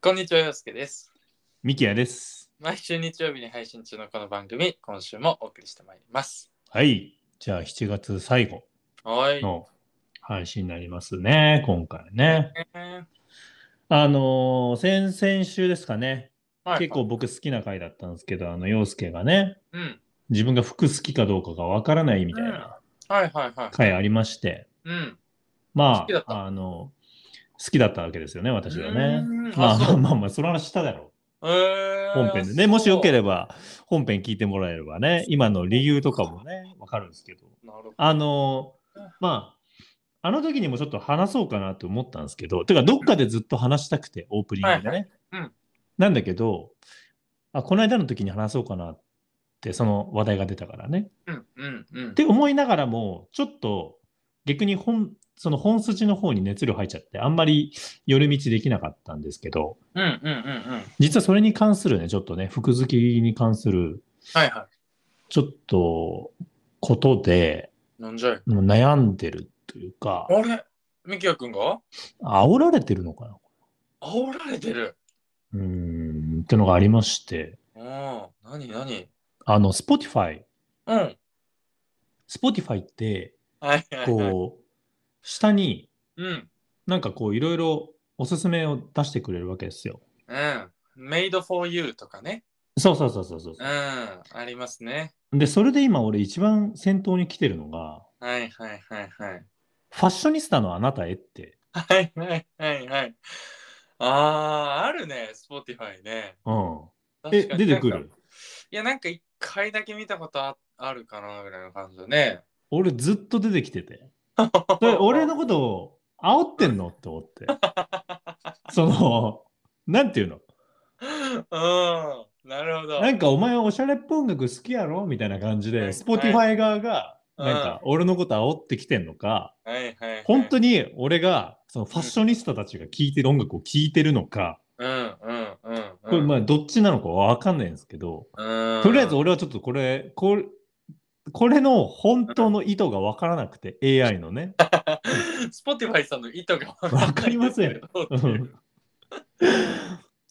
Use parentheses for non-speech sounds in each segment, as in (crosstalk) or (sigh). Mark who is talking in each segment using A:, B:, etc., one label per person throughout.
A: こんにちは、洋介です。
B: ミキヤです。
A: 毎週日曜日に配信中のこの番組、今週もお送りしてまいります。
B: はい。じゃあ7月最後
A: はい。
B: の配信になりますね、今回ね。
A: え
B: あのー先々週ですかね、
A: ーはい
B: 結構。僕好きな回だったんですけど、あの、洋介がね、
A: うん。
B: 自分が服好きかどうかがわからないみたいな
A: はいはいはい。
B: 回ありまして、
A: うん。好
B: ま
A: きだった
B: あ、あの、好きだったわけですよね、私はね
A: う。ーん
B: ま
A: あ
B: あ
A: そう
B: まあまあ、その話しただろ
A: え
B: う。
A: ー
B: (laughs) 本編でね、もしよけ
A: ば。
B: れば、本編聞いてもらえればね、今の理由とかもね、わかるんですけど。
A: なるほど。
B: あのーまあ、あの時にもちょっと話そうかなと思ったんですけど、てか、どっかでずっと話したくて、オープニングでね。
A: はいうん
B: なんだけどあ、この間の時に話そうかなって、その話題が出たからね。
A: うんうんうん
B: っ。て思いながらも、ちょっと逆に本、その本筋の方に熱量入っちゃって、あんまり寄り道できなかったんですけど、
A: うんうんうんうん。
B: 実はそれに関するね、ちょっとね、服好きに関する、
A: はいは
B: ちょっと、ことで、
A: い。なんじゃい。
B: もう悩んでるというか
A: あ、れみきやくんが
B: 煽られてるのかな
A: 煽られてる。
B: うーん、ってのがありまして、
A: うん。なになに
B: あの、Spotify、
A: うん。
B: Spotify って、
A: はいはいはい。
B: こう、下に
A: うん。
B: なんかこう、いろいろおすすめを出してくれるわけですよ。
A: うん。Made for you とかね。
B: そうそうそうそうそう
A: うん。。ありますね。
B: で、それで今俺一番先頭に来てるのが、
A: はいはいはいはい。
B: ファッショニスタのあなたへって、
A: はいはいはいはい。あー、あるね、Spotify ね。
B: うん。え、
A: 確かに
B: 出てく
A: なん
B: る
A: かいや、なんか一回だけ見たことああるかなぐらいの感じだね。
B: 俺ずっと出てきてて。そ
A: (laughs)
B: れ俺のことを煽ってんのって思って。その、なんていうの
A: うん、なるほど。
B: なんかお前はおしゃれっぽい音楽好きやろみたいな感じ
A: はい
B: で、Spotify 側が、
A: うん
B: なんか俺のこと煽ってきてんのか、
A: はいはい、はい。
B: 本当
A: に。
B: に俺がそのファッショニスタたちが聴いてる音楽を聴いてるのか、
A: うんうんうん、うん。
B: これまあどっちなのかわかんないんですけど、
A: うん、
B: とりあえず俺はちょっとこれ、これ、これの本当の意図がわからなくて、AI
A: (laughs)
B: のね。
A: Spotify さんの意図が
B: わかりません
A: わかりません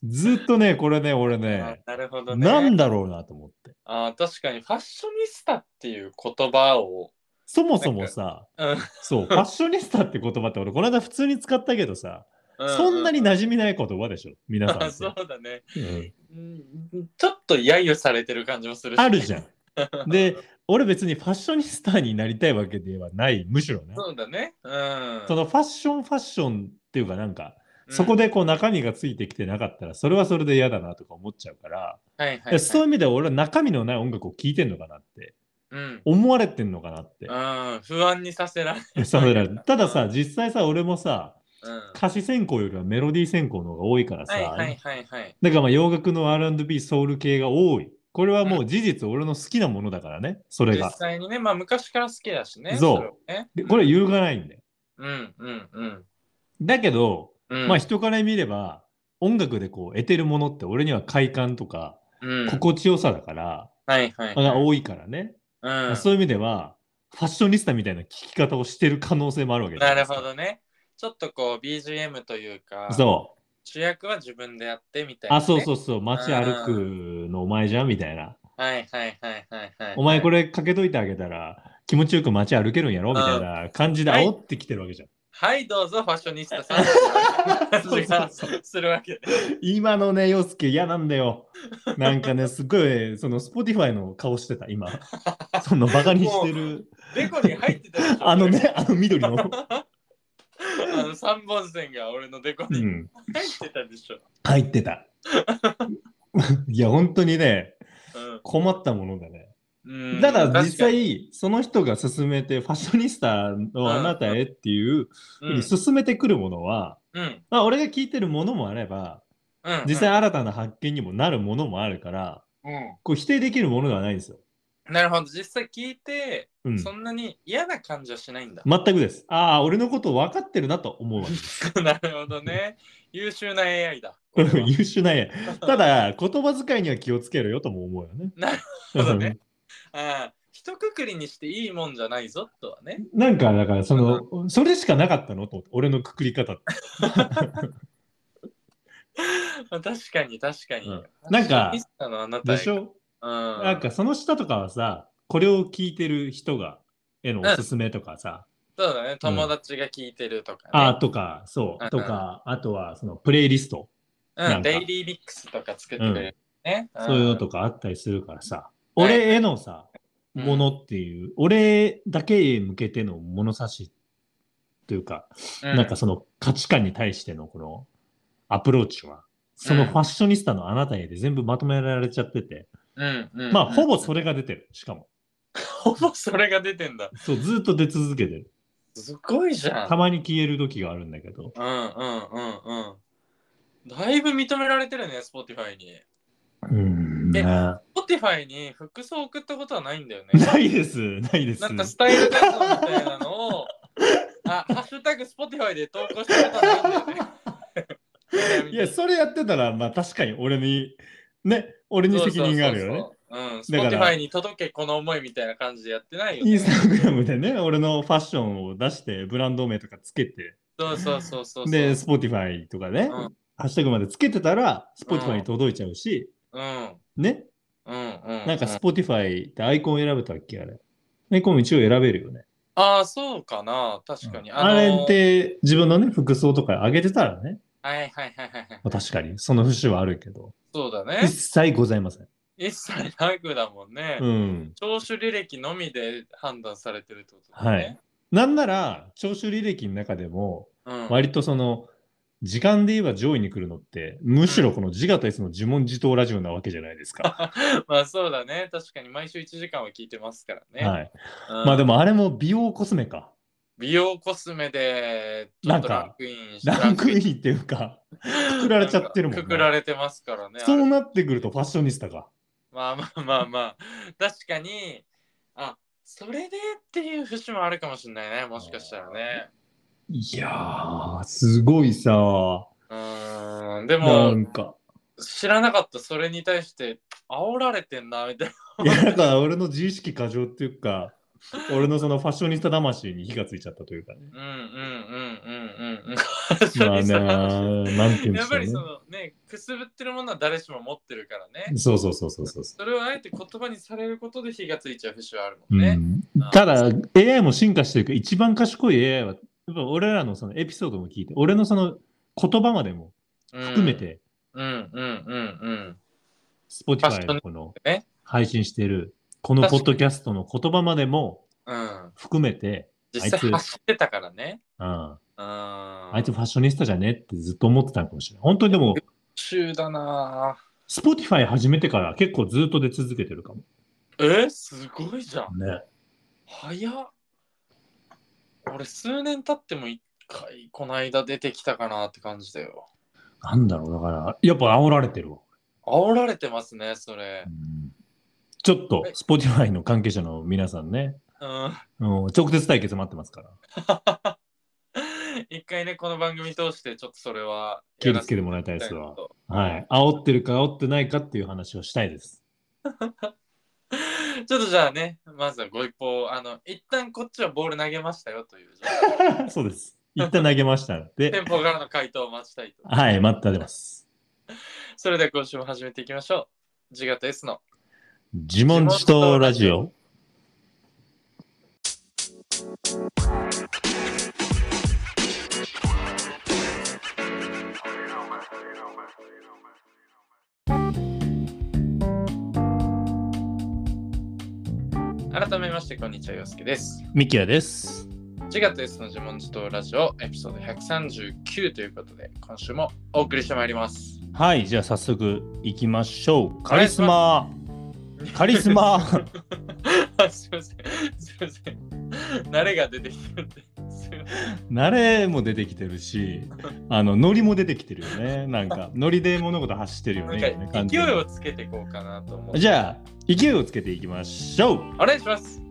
B: ずっとね、これね、俺
A: あ
B: ね、
A: なるほどね。
B: なんだろうなと思って。
A: あー確かにファッショニスタっていう言葉を。
B: そもそもさ、
A: うん
B: そう、ファッショニスタって言葉って俺、この間普通に使ったけどさ、
A: う
B: そんなに馴染みない言葉でしょ、皆さん
A: あ
B: っ
A: (laughs)
B: て
A: そうだね。
B: うん
A: うんちょっと揶揄されてる感じもするし
B: あるじゃん。で、俺別にファッショニスタになりたいわけではない、むしろね。
A: そうだね。うん。
B: そのファッションファッションっていうかなんか、そこ
A: で、
B: でこう中身がついてきてなかったら、それはそれで嫌だなとか思っちゃうから、
A: はいはい
B: で
A: はい、
B: そういう意味では俺は中身のない音楽を聴いてんのかなって、
A: うん。
B: 思われてんのかなって。
A: うん、不安にさせられる。
B: サムライたださ、実際さ、俺もさ、
A: うん、
B: 歌詞選考よりはメロディー選考の方が多いからさ、
A: はいはいはいはい。
B: だからまあ洋楽の R&B、ソウル系が多い。これはもう事実、俺の好きなものだからね、それ
A: 実
B: が。
A: 際にね、まあ昔から好きだしね。
B: そう
A: う。ね、
B: でこれは揺るがないんだよ。
A: うんうんうん。
B: だけど、
A: うん、
B: まあ人から見れば、音楽でこう得てるものって俺には快感とか、
A: うん、
B: 心地よさだから、
A: はいはい、
B: が
A: はい。
B: 多いからね。
A: うん、
B: そういう意味では、ファッショニスタみたいな聞き方をしてる可能性もあるわけじゃ
A: ない
B: で
A: る
B: すか
A: ほ。どね。ちょっとこう BGM というか、
B: そう。
A: 主役は自分でやってみたいな、
B: あ、
A: ね。。
B: そうそううそう、街歩くのお前じゃんみたいな。
A: はいはいはいはいはい。
B: お前こ
A: れ。
B: れかけといてあげたら気持ちよく街歩けるんやろみたいな感じで
A: はい
B: 煽ってきてるわけじゃん。
A: はい、どうぞ、ファッショニスタ
B: (laughs)
A: さん。 (laughs)
B: そうそうそう
A: するわけで。
B: 今のね、洋介嫌なんだよ。な
A: (laughs)
B: んかね、すごい、その Spotify の顔してた、今。そのバカにしてる。
A: デコに入ってたでしょ
B: あの。ね、あの緑の。
A: (laughs) あの3本線が俺のデコ
B: う
A: に
B: ん、
A: 入ってたでしょ。
B: 入ってた。いや、本当にね、
A: うん
B: 困ったものだね。
A: うん
B: ただ、
A: 確
B: 実
A: かに
B: 際、その人が勧めて、ファッショニスタのあなたへっていうふう
A: うん
B: に勧めてくるものは、
A: うん
B: まあ、俺が聞いてるものもあれば、
A: うん
B: 実際新たな発見にもなるものもあるから、
A: う
B: こう否定できるものではないんですよ。
A: んなるほど実際聞いて、
B: うん、
A: そんなに嫌な感じはしないんだ、
B: 全くです。ああ、俺のこと分かってるなと思うわけです。
A: (laughs) なるほどね優秀な AI だ
B: (laughs) 優
A: (laughs)
B: 秀なんや。ただ、言葉遣いには気をつけるよとも思うよね。
A: なるほどねああ一括りにしていいもんじゃないぞとはね
B: なんか、だから、その、それしかなかったのと思って、俺のくくり方って。
A: 確かに確かに。
B: うんな
A: ファッ
B: んか
A: ショニスタのあなた
B: でしょ
A: うん、
B: なんかその下とかはさ、これを聞いてる人が、へのおすすめとかさ、
A: そうだね、友達が聞いてるとか、ね
B: あーとか、そ
A: うん
B: う、とか、あとはそのプレイリスト、
A: う、
B: なんんか
A: デイリーミックスとか作ってくれるね。ん
B: そういうのとかあったりするからさ、
A: うん
B: 俺へのさ、
A: うん
B: ものっていう、俺だけへ向けての物差しというか、
A: う
B: なんかその価値観に対してのこのアプローチは、そのファッショニスタのあなたへで全部まとめられちゃってて、
A: うんうん、
B: まあほぼそ
A: れ。
B: れが出てる、しかも。
A: ほぼそれが出てんだ。
B: そう、ずっと出続けてる。
A: すごいじゃん。
B: たまに消える時があるんだけど。
A: うんうんうんうん。だいぶ認められてるね、Spotify に。
B: うん。
A: え
B: ね
A: Spotify に服装送ったことはないんだよね。
B: ないです、ないです。
A: なんかスタイル画像みたいなのを、
B: (laughs)
A: あ、ハッシュタグ Spotify で投稿したことないんだよね。
B: (laughs) いや、それやってたら、まあ確かに俺に、ね、俺に責任があるよね。
A: ね。
B: だ
A: うん、
B: から
A: Spotify に届けこの思いみたいな感じでやってないよ、
B: イン
A: ね。
B: スタグラムでね、俺のファッションを出して、ブランド名とかつけて、
A: そうそうそうそうそう。
B: で、Spotify とかね、
A: うん
B: ハッシュタグまでつけてたら、Spotify に届いちゃうし、
A: うん。
B: ね、
A: うんうん、
B: なんか
A: うん
B: Spotify ってアイコン選べたっけあれ。アイコンも一応選べるよね。
A: ああ、そうかな。確かに。
B: あれ
A: のー
B: って自分のね、服装とか上げてたらね、
A: はいはいはいはいはい。
B: まあ確かにその節はあるけど、
A: そうだ
B: 一
A: ね。
B: 切ございません。
A: 一切なくだもんね。
B: うん。
A: 聴取履歴のみで判断されてるってことだ
B: は
A: ね
B: い。。なんなら、聴取履歴の中でも、
A: うん、
B: 割とその、時間で言えば上位に来るのって、むしろこの自我と S の自問自答ラジオなわけじゃないで
A: (laughs)
B: すか。
A: まあそうだね。確かに毎週1時間は聞いてますからね。
B: はい。
A: うん
B: まあでもあれも美容コスメか。
A: 美容コスメでちょっとランクインし
B: ランクインっていうか、くくられちゃってるもんね
A: くくられてますからね。
B: そうなってくるとファッショニスタか。
A: まあまあまあまあ。確かに、あそれでっていう節もあるかもしれないね。もしかしたらね。
B: いやー、すごいさ、
A: うーん。で
B: な
A: も、
B: んか。
A: 知らなかったそれに対して煽られてんなみ (laughs) たい
B: いや、だから俺の自意識過剰っていうか、俺のそのファッショニスタ魂に火がついちゃったというかね。
A: な。うんうんうんうん (laughs) うんうん。
B: まあね、
A: や
B: なんていうんで
A: っ
B: し
A: ぱ
B: ょう
A: り
B: ね
A: そ。のね、くすぶってるものは誰しも持ってるからね。
B: そうそうそうそうそうそ
A: それをあえて言葉にされることで火がついちゃう節はある
B: う。
A: もん
B: う
A: ね。
B: ん、ただ、AI も進化してるから、一番賢い AI は、やっぱ俺らのそのエピソードも聞いて、俺のその言葉までも含め。て、
A: うんうんうんうん。
B: Spotify のこの
A: ね
B: 配信してる、このポッドキャストの言葉までも
A: うん。
B: 含めて、
A: 実
B: あい
A: 際
B: つ
A: 走ってたからね。
B: うん、
A: うん。あ
B: あいつファッショニスタじゃねってずっと思ってたのかもしれない。本当にでも、
A: 中だな
B: Spotify 始めてから結構ずっと出続けてるかも。
A: ぁえすごいじゃん。
B: ね。
A: 早っ。俺、数年経っても一回、この間出てきたかなって感じだよ。
B: なんだろう、だから、やっぱ煽られてるわ。
A: 煽られてますね、それ
B: う。んちょっと
A: え
B: Spotify の関係者の皆さんね、
A: うん。 (laughs)
B: うん直接対決待ってますから、
A: 一回ね、この番組通して、ちょっとそれは。
B: 気をつけてもらいたいですわ
A: やらせていただきたいなと。
B: はい。煽ってるか煽ってないかっていう話をしたいです。 (laughs)
A: ちょっとじゃあね、まずはご一報、あの、一旦こっちはボール投げましたよという、じゃ
B: (laughs)
A: あ
B: そうです。一旦投げました。
A: 店
B: で、
A: 舗からの回答を待ちたいと。
B: はい、待ってます。
A: それでは今週も始めていきましょう。自我と S の。
B: 自問自答ラジオ。
A: 改めまして、こんにちは、洋介です。
B: ミキヤです。
A: 自我と S の自問自答ラジオ、エピソード139ということで、今週もお送りしてまいります。
B: はい、じゃあ早速行きましょう。カリスマ。カリスマ
A: あ (laughs) すいません。すいません。慣れが出てきてるんで。すいません
B: 慣れも出てきて
A: (laughs)
B: るし、あの、ノリも出てきてるよね。なんか、ノリで物事走ってるよね。今ね
A: なんか
B: 完
A: 勢
B: 全
A: い
B: に
A: をつけていこうかなと思う。
B: じゃあ、勢いをつけていきましょう。
A: お願いします。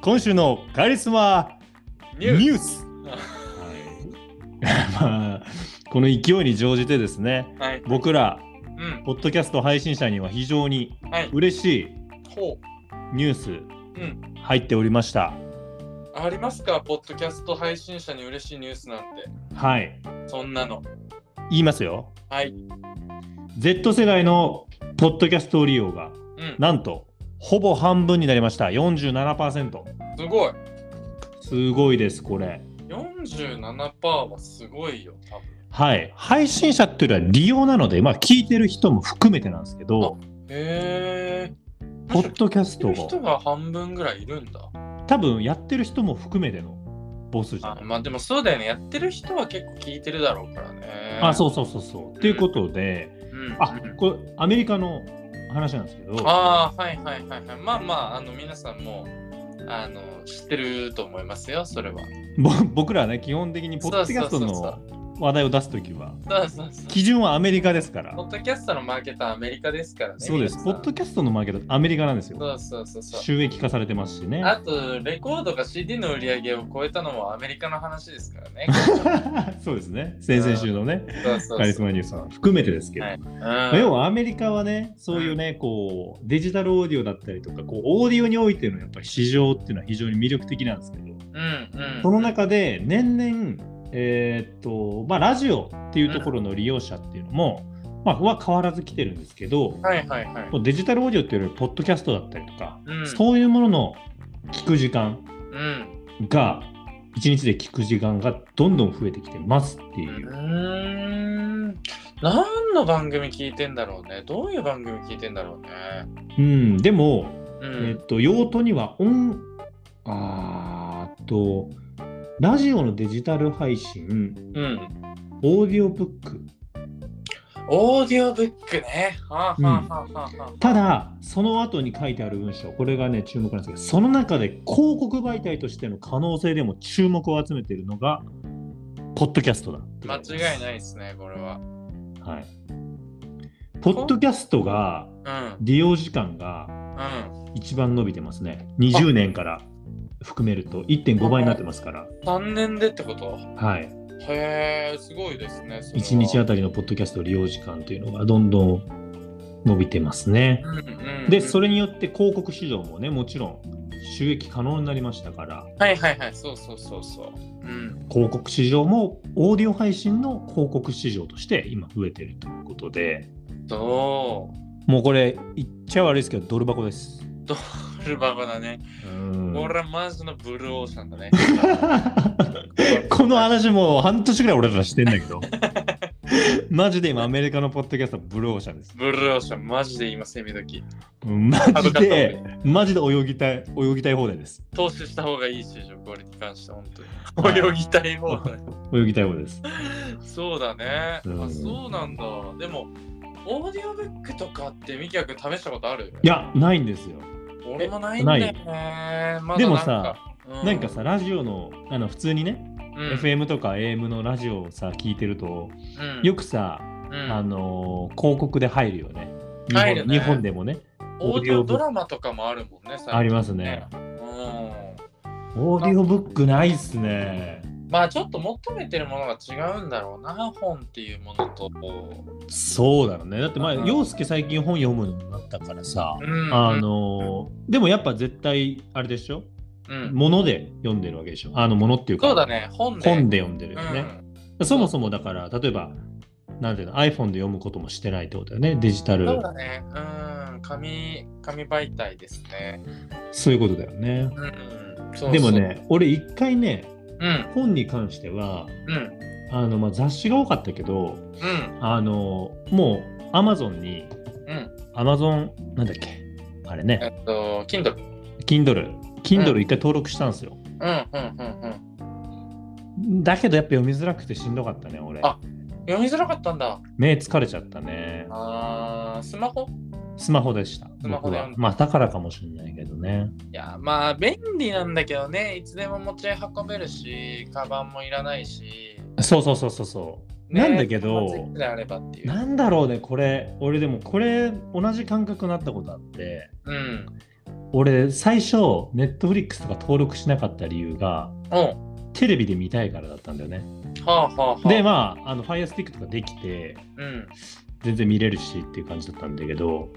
B: 今週のカリスマ
A: ニ
B: ニ
A: ュ
B: ュ
A: ー
B: ース。 (laughs) まあ、この勢いに乗じてですね、
A: ス。はい。
B: 僕ら、
A: うん。
B: ポッドキャスト配信者には非常に
A: はい。
B: 嬉しい
A: ほ
B: ニュース
A: う。うん。
B: 入っておりました。
A: ありますかポッドキャスト配信者に嬉しいニュースなんて。
B: はい。
A: そんなの。
B: 言いますよ。
A: はい。
B: Z 世代のポッドキャスト利用が、
A: うん。
B: なんと、ほぼ半分になりました。47%。
A: すごい。
B: すごいです、これ。
A: 47%はすごいよ、多分。
B: はい。配信者っていうのは利用なので、まあ、聞いてる人も含めてなんですけど、
A: へえ。
B: ポッドキャ
A: 知っ
B: ス
A: て
B: ト
A: る人
B: を、
A: が半分ぐらいいるんだ。
B: 多分やってる人も含めてのボスじゃ
A: あ
B: ない
A: まあでもそうだよね。やってる人は結構聞いてるだろうからね。
B: あ、そうそうそうそう。っていうことで、
A: う。うん、
B: あ、これ、アメリカの話なんですけど、
A: ああ、はいはいはいはい。まあまあ、あの皆さんもあの知ってると思いますよ、それは。
B: ぼ僕らはね、基本的にポッドキャスト
A: そうそう
B: の話題を出すときは、
A: そうそうそう。
B: 基準はアメリカですから
A: ポ。ッドキャストのマーケターはアメリカですからね。
B: そうです。
A: 皆
B: ポ
A: さ
B: ッ
A: ん
B: ドキャストのマーケット、アメリカなんですよ。
A: そうそうそうそう。
B: 収益化されてますしね。
A: あと、レコードが CD の売り上げを超えたのもアメリカの話ですから
B: (laughs)
A: ね。
B: (laughs) そうですね。先々週のね、
A: そうそうそう。
B: カリスマニュースは含めてですけど。
A: はい
B: まあ
A: うん
B: 要はアメリカはね、そういうね、こう、デジタルオーディオだったりとか、こう、オーディオにおいてのやっぱり市場っていうのは非常に魅力的なんですけど、
A: うんうん。
B: その中で年々、えーっと、まあ、ラジオっていうところの利用者っていうのも、まあ、は変わらず来てるんですけど、
A: はいはいはい。
B: もうデジタルオーディオっていうより、ポッドキャストだったりとか、
A: うん、
B: そういうものの聞く時間
A: うん。
B: が一日で聞く時間がどんどん増えてきてますって
A: う
B: いう、
A: ーん。何の番組聞いてんだろうね。どういう番組聞いてんだろうね。
B: うん、でも、
A: う
B: えっ
A: ん。
B: と用途には音あーっとラジオのデジタル配信
A: うん。
B: オーディオブック
A: オーディオブックね。はあ、はあはあはあはあ、
B: ただその後に書いてある文章これがね注目なんですけどその中で広告媒体としての可能性でも注目を集めているのがポッドキャストだ
A: 間違いないですね、これは。
B: はい、ポッドキャストが
A: うん。
B: 利用時間が
A: うん。
B: 一番伸びてますね20年から含めると1.5倍になってますから、
A: 3年でってこと
B: はい、
A: へえ、すごいですね。それは
B: 1日あたりのポッドキャスト利用時間というのがどんどん伸びてますね
A: う。んうんうん、
B: でそれによって広告市場もねもちろん収益可能になりましたから
A: はいはいはい、そうそうそうそう。うん。
B: 広告市場もオーディオ配信の広告市場として今増えてるということで
A: そう。
B: もうこれ言っちゃ悪いですけどドル箱です。
A: フルババだね。
B: うーん
A: 俺はマジのブルーオーシャンだね。
B: (laughs) この話もう半年ぐらい俺らしてんだけど (laughs) マジで今アメリカのポッドキャストはブルーオーシャンです。
A: ブルーオーシャン、マジで今、セミ時。
B: うんマジ
A: かった
B: でマジで泳ぎたい泳ぎたい放題です。
A: 投資した方がいい市場、これに関して、本当
B: はい
A: に。泳ぎたい方
B: (laughs)
A: だね。
B: 泳ぎたい方です。
A: そうだね。
B: うん
A: あ、そうなんだ。でも、オーディオブックとかってミキヤ君試したことある
B: い、や、ないんですよ。
A: 俺もないんだよね。まだ
B: でもさ、
A: な
B: なんか、さ、ラジオの、あの、普通にね、
A: うん
B: FM とか AM のラジオをさ、聞いてると、
A: うん
B: よくさ、
A: うん
B: あのー広告で入るよね。日
A: 入る
B: 本
A: ね
B: 日本でもね、
A: オーディオドラマとかもあるもんね、最近
B: ありますね。
A: うん。
B: オーディオブックないっすね。
A: まあちょっと求めてるものが違うんだろうな、本っていうものと。
B: そうだろうね。だって前、
A: うん
B: 洋介最近本読むのになったからさ、
A: うん
B: あ、のーでもやっぱ絶対、あれでしょ
A: うん、
B: 物で読んでるわけでしょあの、物っていうか、
A: そうだね、本で。
B: 本で読んでる
A: う
B: よ
A: ん
B: ね。そもそもだから、例えば、なんていうの、iPhone で読むこともしてないってことだよね、デジタル。
A: そうだね。うん。紙、紙媒体ですね。
B: そういうことだよね。
A: うん。そうそう
B: でも。ね、俺一回ね、
A: うん。
B: 本に関しては、
A: うん。
B: あのまあ、雑誌が多かったけ
A: う
B: ど、
A: ん。
B: あのもう Amazon に、
A: うん。
B: Amazon、なんだっけ、あれ
A: え
B: ね、
A: っと、Kindle。
B: Kindle、
A: う
B: Kindle
A: ん
B: 一回登録したんですよ。
A: うん。うん。うん。うん。
B: だけどやっぱ読みづらくてしんどかったね、俺。
A: あ読みづらかったんだ。
B: 目疲れちゃったね。
A: あースマホ
B: スマホでした。
A: スマホで
B: 僕はまあ、だからかもしれないけどね。
A: いや、まあ、便利なんだけどね。いつでも持ち運べるし、カバンもいらないし。
B: そうそうそうそうそう。
A: ね
B: なんだけど
A: まあついてあればっていう。
B: なんだろうねこれ俺でもこれ同じ感覚になったことあって
A: うん。
B: 俺最初ネットフリックスとか登録しなかった理由が
A: うん。
B: テレビで見たいからだったんだよね
A: はあはあはあ。
B: でまああのファイアスティックとかできて
A: うん。
B: 全然見れるしっていう感じだったんだけど
A: う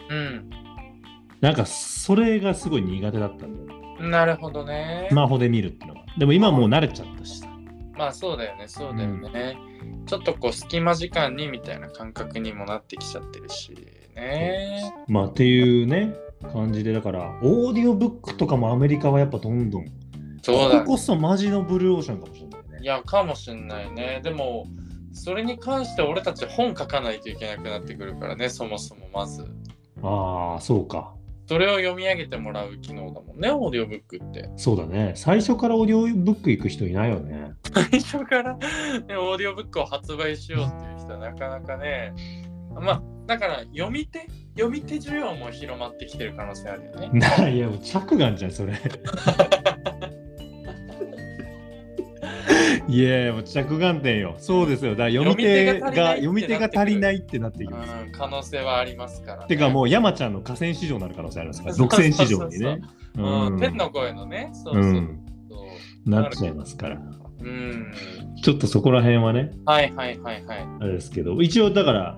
B: なんかそれがすごい苦手だったんだよ
A: ん。なるほどね。
B: スマホで見るっていうのがでも今もう慣れちゃったしさ
A: まあそうだよねそうだよね、ちょっとこう隙間時間にみたいな感覚にもなってきちゃってるしね
B: まあっていうね感じでだからオーディオブックとかもアメリカはやっぱどんどん
A: そうだ
B: こここそマジのブルーオーシャンかもしれない
A: い
B: ね
A: やかもしんないねでもそれに関して俺たち本書かないといけなくなってくるからねそもそもまず
B: ああそうか
A: それを読み上げてもらう機能だもんねオーディオブック (laughs) って
B: そうだね最初からオーディオブック行く人いないよね (laughs)
A: 最初から、ね、オーディオブックを発売しようっていう人はなかなかねまあだから読み手読み手需要も広まってきてる可能性あるよね
B: ないやもう着眼じゃん
A: (laughs)
B: それいやもう着眼点よそうですよだから読み手が
A: 読
B: 読
A: み
B: み
A: 手
B: 手
A: が
B: が
A: 足
B: 足
A: り
B: り
A: な
B: ないってなってきます
A: うん可能性はありますから、ね、
B: てかもう山ちゃんの河川市場になる可能性ありますから
A: そう
B: 独
A: そうそう
B: 占
A: そう
B: 市場にね、
A: う、うん天の声のねそうそううそうん
B: なっちゃいますから
A: うん
B: ちょっとそこら辺はね
A: はいはいはいはい
B: あれですけど一応だから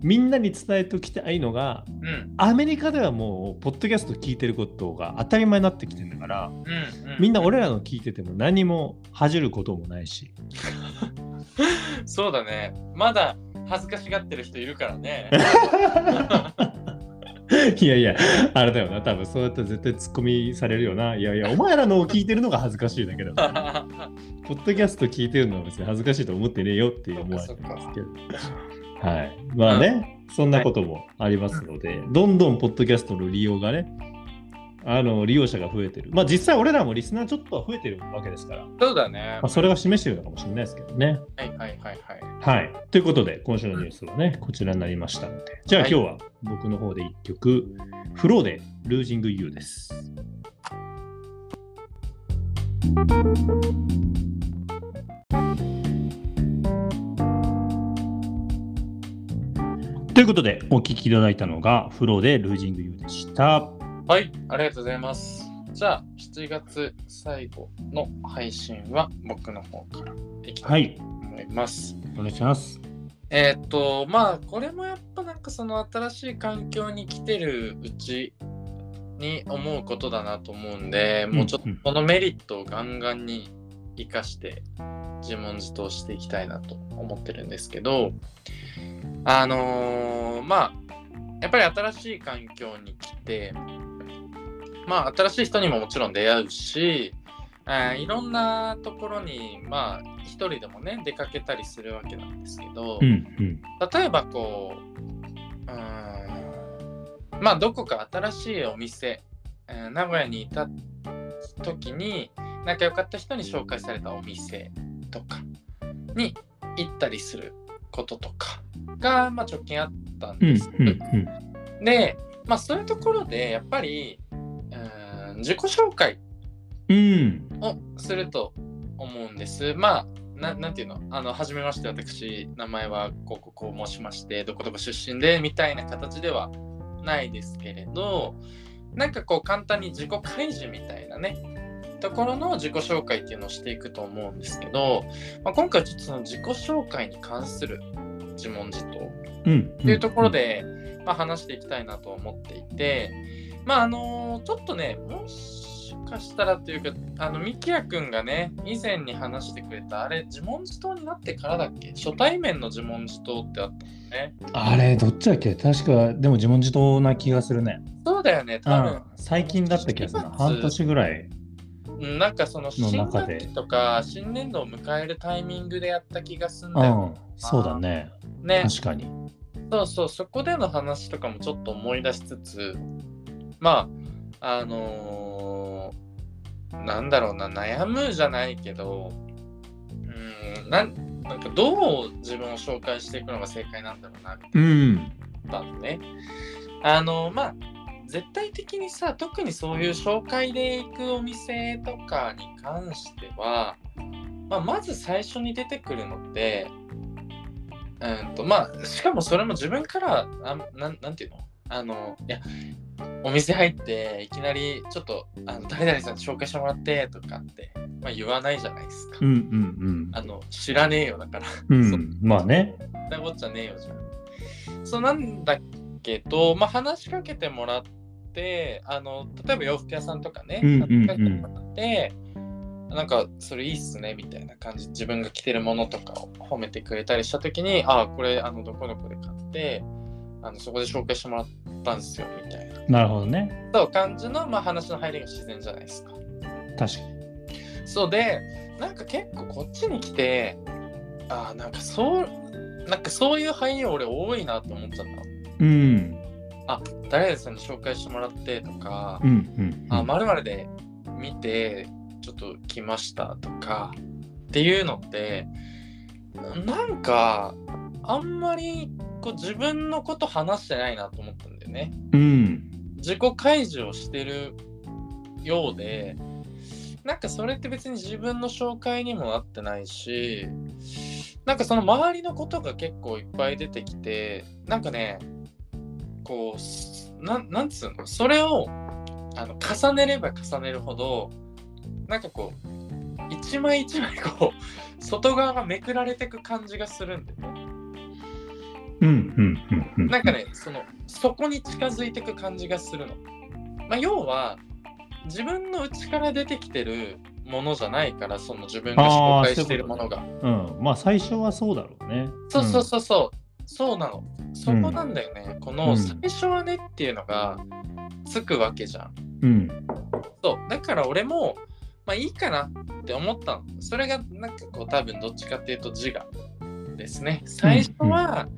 B: みんなに伝えておきたいのが
A: うん
B: アメリカではもうポッドキャスト聞いてることが当たり前になってきてるんだか
A: う
B: ら
A: ん、うん、
B: みんな俺らの聞いてても何も恥じることもないし (laughs)
A: そうだねまだ恥ずかしがってる人いるから
B: (laughs)
A: ね
B: いやいやあれだよな多分そうやったら絶対ツッコミされるよないやいやお前らのを聞いてるのが恥ずかしいだけだポッドキャスト聞いてるのは別に恥ずかしいと思ってねえよって思われてますけどはいまあね、そんなこともありますので、どんどんポッドキャストの利用がねあの利用者が増えてるまあ実際俺らもリスナーちょっとは増えてるわけですから、ま
A: そうだね
B: あ、それは示してるのかもしれないですけどね
A: はいはいはいはい
B: はい。ということで、今週のニュースはね、こちらになりましたので。じゃあ
A: はい
B: 今日は僕の方で1曲、フローで Losing You です。ということで、お聴きいただいたのが、フローで Losing You でした。
A: はい、ありがとうございます。じゃあ、7月最後の配信は僕の方からいきた
B: はいい
A: と。思います。
B: お願いします。
A: えーっと、まあ、これもやっぱなんかその新しい環境に来てるうちに思うことだなと思うんで、もうちょっとこのメリットをガンガンに生かして自問自答していきたいなと思ってるんですけど、あのーまあ、やっぱり新しい環境に来て、まあ、新しい人にももちろん出会うし、えーいろんなところに、まあ、一人でもね、出かけたりするわけなんですけど、
B: うんうん。
A: 例えばこううーんまあどこか新しいお店、えー名古屋にいた時に仲良かった人に紹介されたお店とかに行ったりすることとかが、まあ、直近あったん
B: うん
A: です、
B: うんうん。
A: で、まあ、そういうところでやっぱりうーん自己紹介
B: うん。
A: をすると思うんです。まあななんていうのあの初めまして私名前はこうこうこう申しましてどこどこ出身でみたいな形ではないですけれどなんかこう簡単に自己開示みたいなねところの自己紹介っていうのをしていくと思うんですけど、まあ、今回ちょっとその自己紹介に関する自問自答
B: うん。
A: っていうところ、で、まあ、話していきたいなと思っていて、まああのちょっとねもしかしたらというかあのミキヤくんがね以前に話してくれたあれ自問自答になってからだっけ初対面の自問自答ってあったのね
B: あれ、どっちだっけ確か、でも自問自答な気がするね。
A: そうだよね
B: う
A: 多分
B: ん、最近だった気がするな。
A: 7月
B: 半年ぐらい。
A: うんなんかその
B: の
A: 新
B: 中
A: 学
B: で
A: 期とか新年度を迎えるタイミングでやった気がすん
B: う
A: だよ
B: ん、そうだね。
A: ね
B: 確かに。
A: そうそう、そこでの話とかもちょっと思い出しつつ、まあ、あのーなんだろうな、悩むじゃないけど、うん、なんなんかどう自分を紹介していくのが正解なんだろうな、
B: うん。
A: ったのね。あのまあ絶対的にさ特にそういう紹介で行くお店とかに関しては、まあ、まず最初に出てくるのってうんとまあしかもそれも自分からあなんなんていうのあのいやお店入っていきなりちょっとあの誰々さんに紹介してもらってとかって、まあ、言わないじゃないですか。
B: うんうん
A: あの知らねえよだから
B: うん。う。
A: そうん
B: まあね。
A: そんなこっちゃねえよじゃん。そうなんだけど、まあ、話しかけてもらってあの例えば洋服屋さんとかね
B: うんうんう
A: 話し
B: ん
A: かけてもらって、なんかそれいいっすねみたいな感じ自分が着てるものとかを褒めてくれたりした時にああこれあのどこどこで買ってあのそこで紹介してもらったんですよみたいな
B: なるほどね。
A: そう感じの、まあ、話の入りが自然じゃないですか
B: 確かに。
A: そうでなんか結構こっちに来てああなんかそうなんかそういう俳優俺多いなって思っちゃっ
B: うん。
A: た誰々さんに紹介してもらってとか
B: うん。うん。
A: あ、まるで見て、ちょっと来ましたとか、っていうのって、なんか、あんまりこう自分のこと話してないなと思ったんだよね。
B: うん。
A: 自己開示をしてるようで、なんかそれって別に自分の紹介にもなってないし、なんかその周りのことが結構いっぱい出てきて、なんかね、こうす、なんなんつうの、それをあの重ねれば重ねるほど、なんかこう、一枚一枚こう、外側がめくられてく感じがするんでね。
B: うん。うん。うん。
A: なんかね、その、そこに近づいていく感じがするの。まあ、要は、自分の内から出てきてるものじゃないから、その自分が紹介してるものが。
B: うん。まあ、最初はそうだろうね。
A: そうそうそうそう、そうなの。そこなんだよね。こ
B: う
A: の、
B: ん
A: 最初はねっていうのが、つくわけじゃん。
B: うん。
A: そう。だから俺も、まあいいかなって思ったの。それが、なんかこう、多分どっちかっていうと自我ですね。最初は、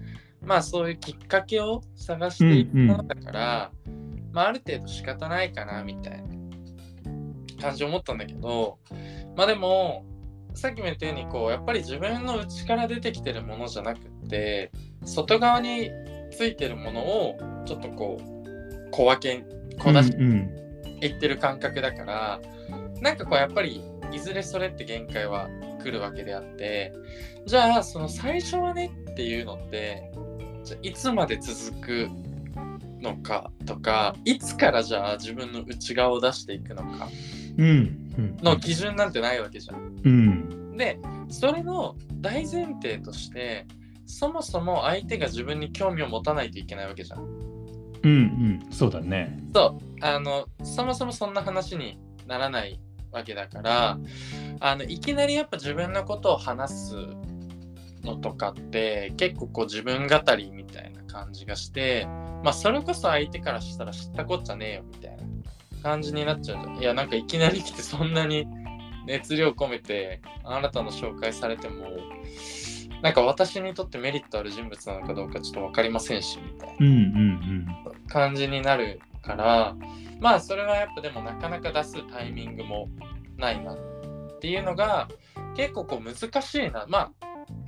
A: まあそういうきっかけを探していくものだから、まあある程度仕方ないかなみたいな感じを思ったんだけど、まあでも、さっきも言ったようにこうやっぱり自分の内から出てきてるものじゃなくって外側についてるものをちょっとこう小分け小出し
B: うんうん。
A: 言ってる感覚だからなんかこうやっぱりいずれそれって限界は来るわけであってじゃあその最初はねっていうのってじゃあいつまで続くのかとかいつからじゃあ自分の内側を出していくのか
B: うん。うん
A: の基準なんてないわけじゃん。
B: うん。
A: でそれの大前提としてそもそも相手が自分に興味を持たないといけないわけじゃん。
B: うん。うん。そうだね。
A: そうあのそもそもそんな話にならないわけだからあのいきなりやっぱ自分のことを話すのとかって結構こう自分語りみたいな感じがしてまあそれこそ相手からしたら知ったこっちゃねえよみたいな感じになっちゃうじゃんいやなんかいきなり来てそんなに熱量込めてあなたの紹介されてもなんか私にとってメリットある人物なのかどうかちょっと分かりませんしみたいな。
B: うん。うん。
A: 感じになるからまあそれはやっぱでもなかなか出すタイミングもないなっていうのが結構こう難しいなまあ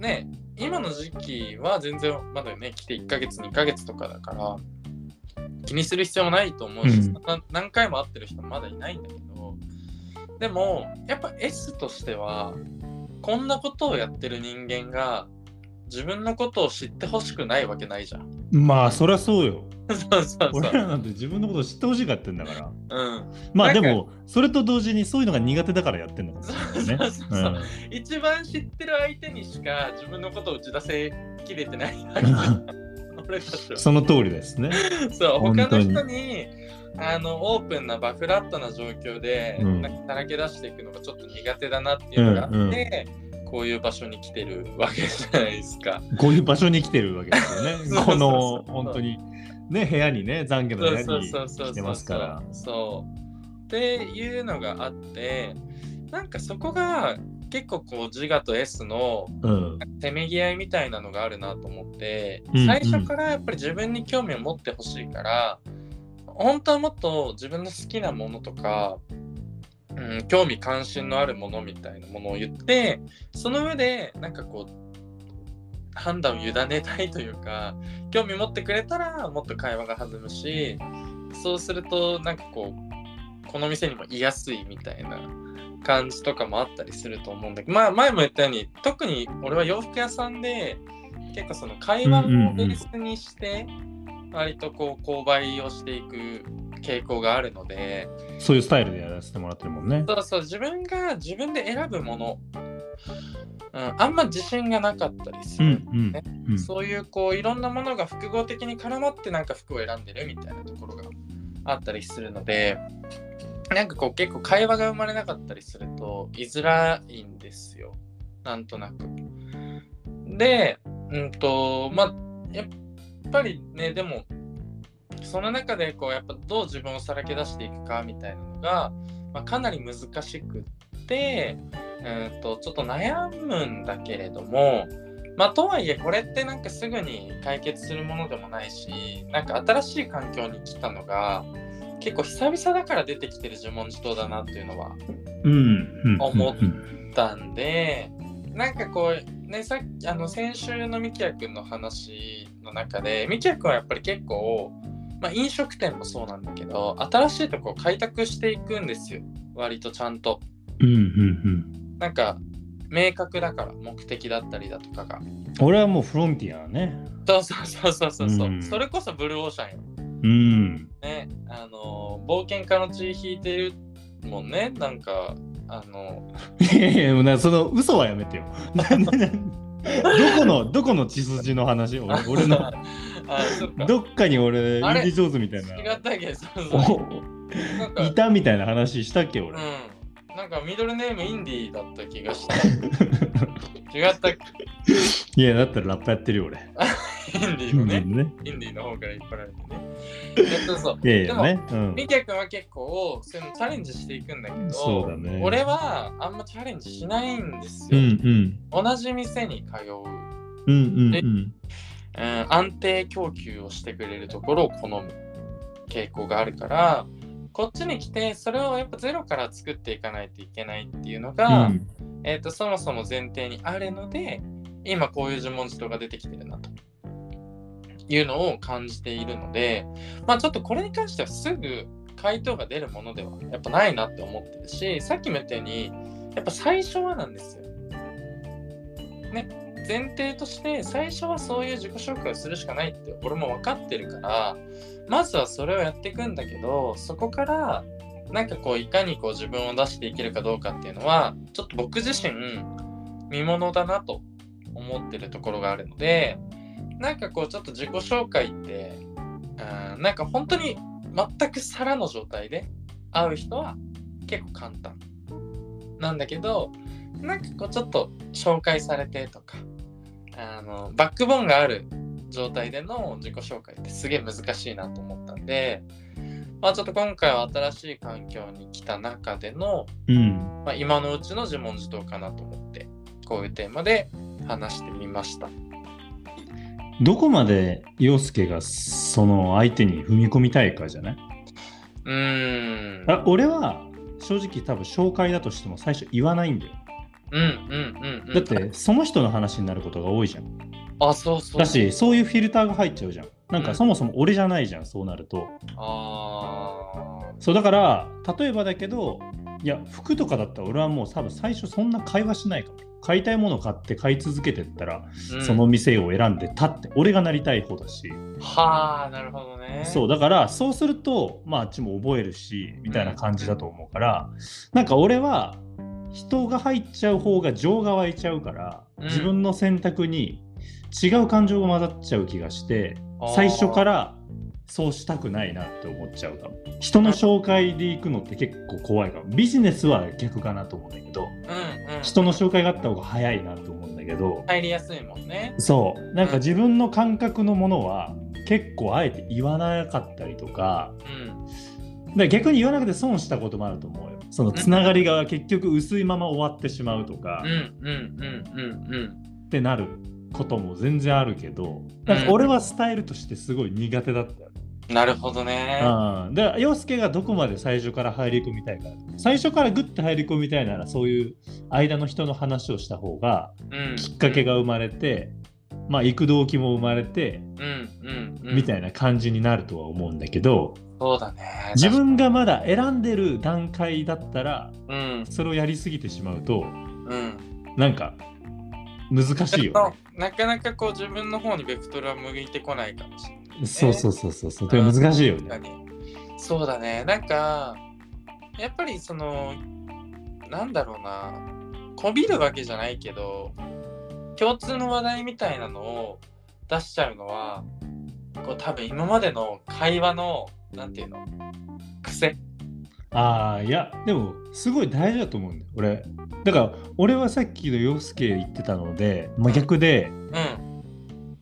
A: ね今の時期は全然まだね来て1ヶ月2ヶ月とかだから気にする必要もないと思うし、
B: うん
A: そんな何回も会ってる人もまだいないんだけどでもやっぱ S としてはこんなことをやってる人間が自分のことを知ってほしくないわけないじゃん。 (laughs)
B: うん。まあ、そりゃそうよ。
A: そうそうそ
B: 俺
A: う。
B: らなんて自分のこと知ってほしがってんだか
A: (laughs)
B: ら。
A: うん、
B: まあ
A: な
B: で
A: んか
B: も、それと同時にそういうのが苦手だからやってんのかもしれない
A: (laughs)
B: ね
A: そうそう
B: う
A: そうん一番知ってる相手にしか自分のことを打ち出せきれてない
B: (laughs)
A: 俺たちは
B: その通りですね。
A: そう
B: 本
A: 他
B: 当
A: の
B: に
A: 人にあのオープンなバフラットな状況で、
B: うん
A: なんかさらけ出していくのがちょっと苦手だなっていうのがあって、こういう場所に来てるわけじゃないですか。
B: こういう場所に来てるわけですよ
A: (laughs) そうそうそ
B: ね。
A: う
B: この本当に、ね、部屋にね、懺悔の部屋に来てますから。
A: そうっていうのがあってなんかそこが結構こう自我と S の
B: うん。
A: せめぎ合いみたいなのがあるなと思って、
B: うんうん
A: 最初からやっぱり自分に興味を持ってほしいから本当はもっと自分の好きなものとか、うん、興味関心のあるものみたいなものを言ってその上でなんかこう判断を委ねたいというか興味持ってくれたらもっと会話が弾むしそうするとなんかこうこの店にも居やすいみたいな感じとかもあったりすると思うんだけどまあ前も言ったように特に俺は洋服屋さんで結構その会話をベースにして割とこう購買をしていく傾向があるので
B: そういうスタイルでやらせてもらってるもんね。
A: そうそう自分が自分で選ぶもの、うん、あんま自信がなかったりす
B: う
A: る。
B: んうん
A: ね
B: うん。
A: そういうこういろんなものが複合的に絡まってなんか服を選んでるみたいなところがあったりするのでなんかこう結構会話が生まれなかったりすると居づらいんですよなんとなく。でうんとまあやっぱりねでもその中でこうやっぱどう自分をさらけ出していくかみたいなのが、まあ、かなり難しくって、うん、とちょっと悩むんだけれどもまあとはいえこれってなんかすぐに解決するものでもないしなんか新しい環境に来たのが結構久々だから出てきてる自問自答だなっていうのは
B: うん。
A: 思ったんでなんかこうねさっきあの先週のみきやくんの話の中でみきやくんはやっぱり結構、まあ、飲食店もそうなんだけど新しいとこ開拓していくんですよ割とちゃんと
B: うんうんうん。
A: なんか明確だから目的だったりだとかが
B: 俺はもうフロンティアね。
A: そうそうそうそうそうそう、
B: うん
A: それこそブルーオーシャンよ
B: うん。
A: ねあの冒険家の血引いてるもんねなんかあの (laughs)
B: いやいや、もうなその嘘はやめてよ。なななどこの、どこの血筋の話俺
A: (laughs)
B: 俺の、
A: あそっか
B: どっかに俺、イン
A: あれ
B: ディ・ジョーンズみたい
A: 違
B: な
A: っ。たっけそうそう
B: お
A: なんか、
B: いたみたいな話したっけ
A: う
B: 俺。
A: ん。なんかミドルネームインディーだった気が
B: (laughs)
A: した。違ったっ
B: いや、だったらラップやってるよ俺。
A: けインディーのね。
B: ね。
A: インディーの方から引っ張られてね。いやそうそう。
B: いやいやね。うん。
A: ミキヤ君は結構そういうのチャレンジしていくんだけど、
B: そうだね
A: 俺はあんまチャレンジしないんです
B: う
A: よ。
B: ん
A: 同じ店に通う、うん、
B: うん。うんうんうん。
A: 安定供給をしてくれるところを好む傾向があるから、こっちに来てそれをやっぱゼロから作っていかないといけないっていうの
B: う
A: が、
B: ん
A: えー、とそもそも前提にあるので今こういう自問自答が出てきてるなというのを感じているので、まあ、ちょっとこれに関してはすぐ回答が出るものではやっぱないなって思ってるしさっきも言ったようにやっぱ最初はなんですよ。ね前提として最初はそういう自己紹介をするしかないって俺も分かってるからまずはそれをやっていくんだけどそこからなんかこういかにこう自分を出していけるかどうかっていうのはちょっと僕自身見ものだなと思ってるところがあるのでなんかこうちょっと自己紹介ってうんなんか本当に全く皿の状態で会う人は結構簡単なんだけどなんかこうちょっと紹介されてとかあのバックボーンがある状態での自己紹介ってすげえ難しいなと思ったんでまあちょっと今回は新しい環境に来た中での、
B: うん。
A: まあ、今のうちの自問自答かなと思ってこういうテーマで話してみました。
B: どこまで陽介がその相手に踏み込みたいかじゃないう
A: ーん。
B: あ俺は正直多分紹介だとしても最初言わないんだよ。
A: うんうんうん、うん。
B: だってその人の話になることが多いじゃん。
A: あ、そうそう。
B: だしそういうフィルターが入っちゃうじゃん。なん
A: う
B: か
A: ん
B: そもそも俺じゃないじゃんそうなると。
A: あ
B: そうだから例えばだけどいや服とかだったら俺はもう多分最初そんな会話しないかも。買いたいもの買って買い続けてったら
A: ー、うん
B: その店を選んでたって俺がなりたい方だし。
A: はあ、なるほどね。
B: そうだからそうするとまああっちも覚えるしみたいな感じだと思うから、なんか俺は人が入っちゃう方が情が湧いちゃうから、
A: うん
B: 自分の選択に違う感情が混ざっちゃう気がして
A: あー
B: 最初からそうしたくないなって思っちゃうかも人の紹介で行くのって結構怖いかもビジネスは逆かなと思うんだけど
A: うんうん。
B: 人の紹介があった方が早いなと思うんだけど
A: 入りやすいもんね。
B: そうなんか自分の感覚のものは結構あえて言わなかったりとか
A: うん。
B: だから逆に言わなくて損したこともあると思うよ。そのつながりが結局薄いまま終わってしまうとか
A: うんうんうんうんうん。
B: ってなることも全然あるけど、なんか俺はスタイルとしてすごい苦手だったよ。
A: なるほどね。
B: うん、だから洋介がどこまで最初から入り込みたいか最初からグッて入り込みたいならそういう間の人の話をした方が
A: うん、
B: きっかけ。が生まれて、まあ行く動機も生まれて
A: うんうん、うん。
B: みたいな感じになるとは思うんだけど、
A: そうだね。
B: 自分がまだ選んでる段階だったら
A: うん
B: それをやりすぎてしまうと
A: うん。
B: なんか難しいよ、
A: (laughs)
B: ね。
A: なかなかこう自分の方にベクトルは向いてこないかもしれない。
B: そうそうそうそうそう。でも難しいよね。
A: 確かにそうだね。なんか、やっぱりその、なんだろうな、こびるわけじゃないけど、共通の話題みたいなのを出しちゃうのは、こう多分今までの会話の、なんていうの、癖
B: ああいやでもすごい大事だと思うんだよ俺だから俺はさっきの洋介言ってたので真逆で
A: うん。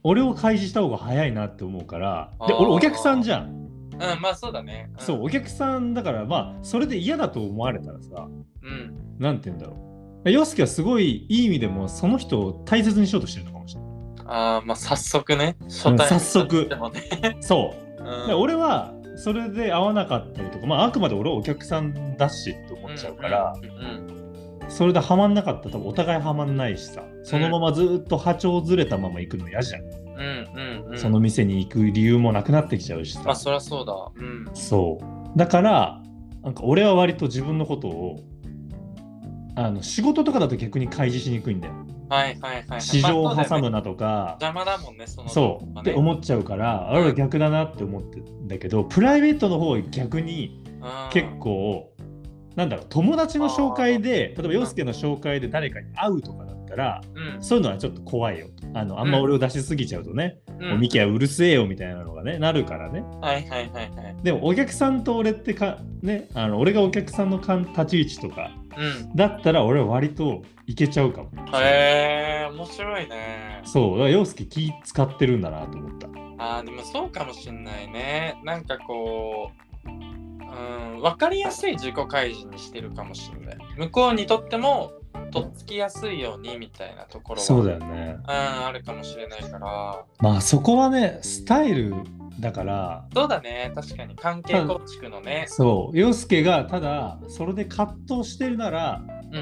B: 俺を開示した方が早いなって思うからで
A: あー
B: 俺お客さんじゃん
A: うん、まあそうだね。ん
B: そうお客さんだからまあそれで嫌だと思われたらさ
A: うん。
B: なんて言うんだろう洋介はすごいいい意味でもその人を大切にしようとしてるのかもしれな
A: ああ、まあ早速ね。初
B: うん
A: 対面
B: 早速
A: でもね。
B: いそう
A: う
B: で
A: ん。
B: 俺はそれで合わなかったりとか、まあ、あくまで俺はお客さんだしって思っちゃうから、
A: うんうん。
B: それでハマんなかったら多分お互いハマんないしさそのままずっと波長ずれたまま行くの嫌じゃん、
A: うんうんうん。
B: その店に行く理由もなくなってきちゃうしさ、
A: まあそりゃそうだ。うん。
B: そうだからなんか俺は割と自分のことをあの仕事とかだと逆に開示しにくいんだよ
A: はいはいはいはい。
B: 市場を
A: まあそ
B: 挟
A: うだよね
B: むなとか、
A: 邪魔だもんね、その。
B: そうって
A: 思
B: 思っちゃうから俺は逆だなって思ってんだけどプライベートの方は逆に結構、なんだろう友達の紹介で例えば洋介の紹介で誰かに会うとかだったら
A: うん。
B: そういうのはちょっと怖いよあのあんま俺を出しすぎちゃうとね、
A: うん
B: もうミキはうるせえよみたいなのがねなるからね
A: はいはいはいはい。
B: でもお客さんと俺ってかねあの俺がお客さんのかん立ち位置とか
A: うん。
B: だったら俺は割といけちゃうかも
A: へえ、面白いね。
B: そうだから洋介気使ってるんだなと思った
A: ああ、でもそうかもしんないね。なんかこう、うん、分かりやすい自己開示にしてるかもしんない。向こうにとっても、とっつきやすいようにみたいなところは。
B: そうだ
A: よ。
B: よね
A: うん、あるかもしれないから。
B: まあそこはねスタイルだから
A: そうだね、確かに。関係構築のね。
B: そう洋介がただそれで葛藤してるなら
A: うん、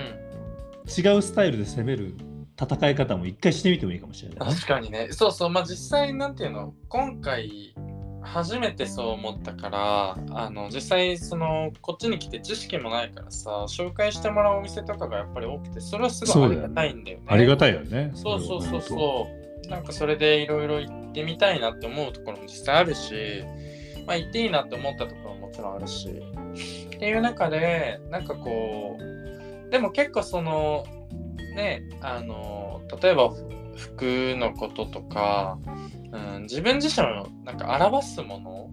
B: 違うスタイルで攻める戦い方も一回してみてもいいかもしれないね。
A: 確かにね。そうそう、まあ実際、なんていうの、今回、初めてそう思ったからあの実際そのこっちに来て知識もないからさ紹介してもらうお店とかがやっぱり多くてそれはすごいありがたいんだよね。
B: たいよね。
A: そうそうそうそう。なんかそれでいろいろ行ってみたいなって思うところも実際あるし、まあ行っていいなって思ったところももちろんあるし。っていう中で、なんかこう、でも結構その、ね、あの、例えば服のこととか、うん、自分自身のなんか表すもの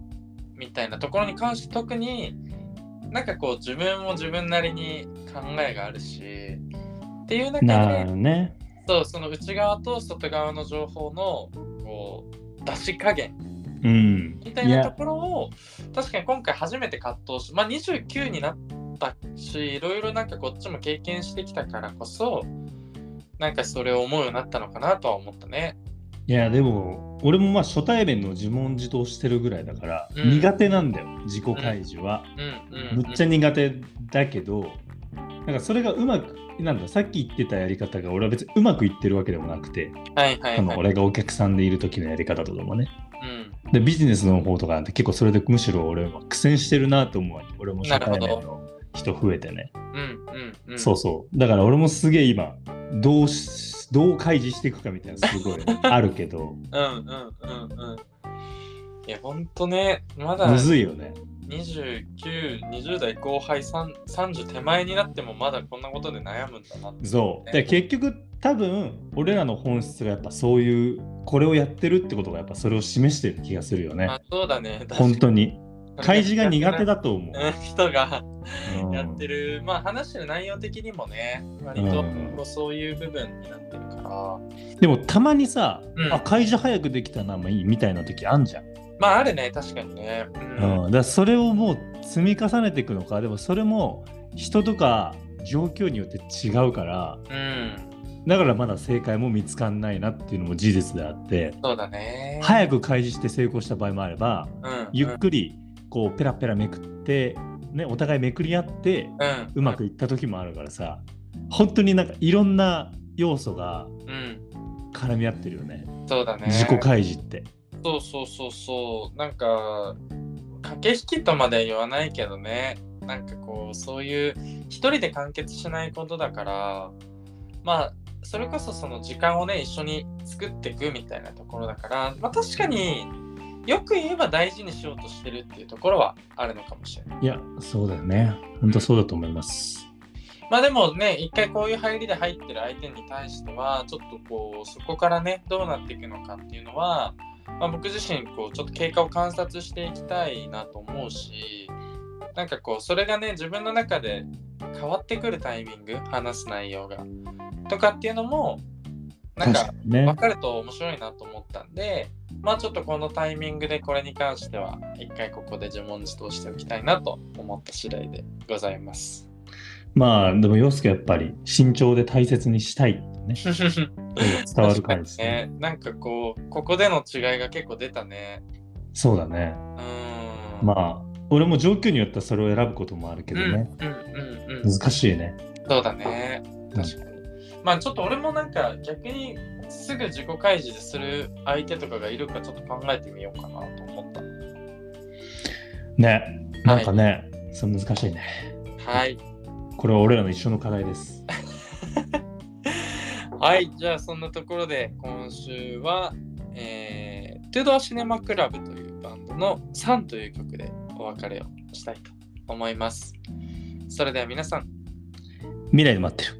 A: みたいなところに関して特になんかこう自分も自分なりに考えがあるしっていう中で
B: なるね。
A: そうその内側と外側の情報のこう出し加減
B: うん。
A: みたいなところを確かに今回初めて葛藤し、まあ、29になったしいろいろなんかこっちも経験してきたからこそなんかそれを思うようになったのかなとは思ったね。
B: いやいやでも俺もまあ初対面の自問自答してるぐらいだから、
A: うん
B: 苦手なんだよ自己開示は。
A: うんうん、うん、
B: むっちゃ苦手だけどなんかそれがうまくなんださっき言ってたやり方が俺は別にうまくいってるわけでもなくて、
A: はいはい
B: あ
A: は
B: の
A: い。
B: 俺がお客さんでいる時のやり方とかもね。
A: うん、
B: でビジネスの方とかなんて結構それでむしろ俺は苦戦してるなと思うわけ俺も社会面
A: なるほ
B: の人増えてね、
A: うんうんうん。
B: そうそうだから俺もすげえ今どうしどう開示していくかみたいなす
A: (laughs)
B: ごいあるけど
A: うんうんうんうん。いやほんとねまだ
B: むずいよね
A: 2920代後輩さん30手前になってもまだこんなことで悩むんだなって
B: そうで結局多分俺らの本質がやっぱそういうこれをやってるってことがやっぱそれを示してる気がするよね
A: あそうだね。
B: 本当
A: に。
B: に開示が苦手だと思う
A: うん。人が
B: うん
A: やってる、まあ話してる内容的にもね、割と
B: うん
A: こうそういう部分になってるから。
B: でもたまにさ、
A: うん
B: あ開示早くできたなまあいいみたいな時あんじゃん
A: まああるね、確かにね。うん
B: うん、だからそれをもう積み重ねていくのかでもそれも人とか状況によって違うから
A: うん、
B: だからまだ正解も見つかんないなっていうのも事実であって
A: そうだね。い。
B: 早く開示して成功した場合もあれば
A: うん、
B: ゆっくりこうペラペラめくって、ね、お互いめくり合って
A: うん、
B: うまくいった時もあるからさ本当になんかいろんな要素が
A: うん、
B: 絡み合ってるよね
A: そうだね。
B: 自己開示って。
A: そうそうそうそう。なんか、駆け引きとまでは言わないけどね。なんかこう、そういう、一人で完結しないことだから、まあ、それこそその時間をね、一緒に作っていくみたいなところだから、まあ確かに、よく言えば大事にしようとしてるっていうところはあるのかもしれない。
B: いやそうだよね本当そうだと思います。
A: まあでもね、一回こういう入りで入ってる相手に対しては、ちょっとこう、そこからね、どうなっていくのかっていうのは、まあ、僕自身こうちょっと経過を観察していきたいなと思うしなんかこうそれがね自分の中で変わってくるタイミング話す内容がとかっていうのもなんか
B: 確かにね
A: 分かると面白いなと思ったんで、まあちょっとこのタイミングでこれに関しては一回ここで自問自答しておきたいなと思った次第でございます。
B: まあ、でも、洋介やっぱり、慎重で大切にしたいってね、伝わる回ですね。
A: ねなんかこうここでの違いが結構出たね。
B: そうだね。
A: うーん。あ
B: まあ、俺も状況によってはそれを選ぶこともあるけどね。
A: うんうんうんうん。
B: 難しいね。
A: そうだね。確かに。まあちょっと俺もなんか逆にすぐ自己開示する相手とかがいるかちょっと考えてみようかなと思った。
B: ね。なんかね、そう難しいね。
A: はい。
B: これは俺らの一生の課題です。
A: はい。じゃあそんなところで今週は、えー、トゥドアシネマクラブというバンドのサンという曲でお別れをしたいと思います。それでは皆さん、
B: (laughs) 未来で待ってる。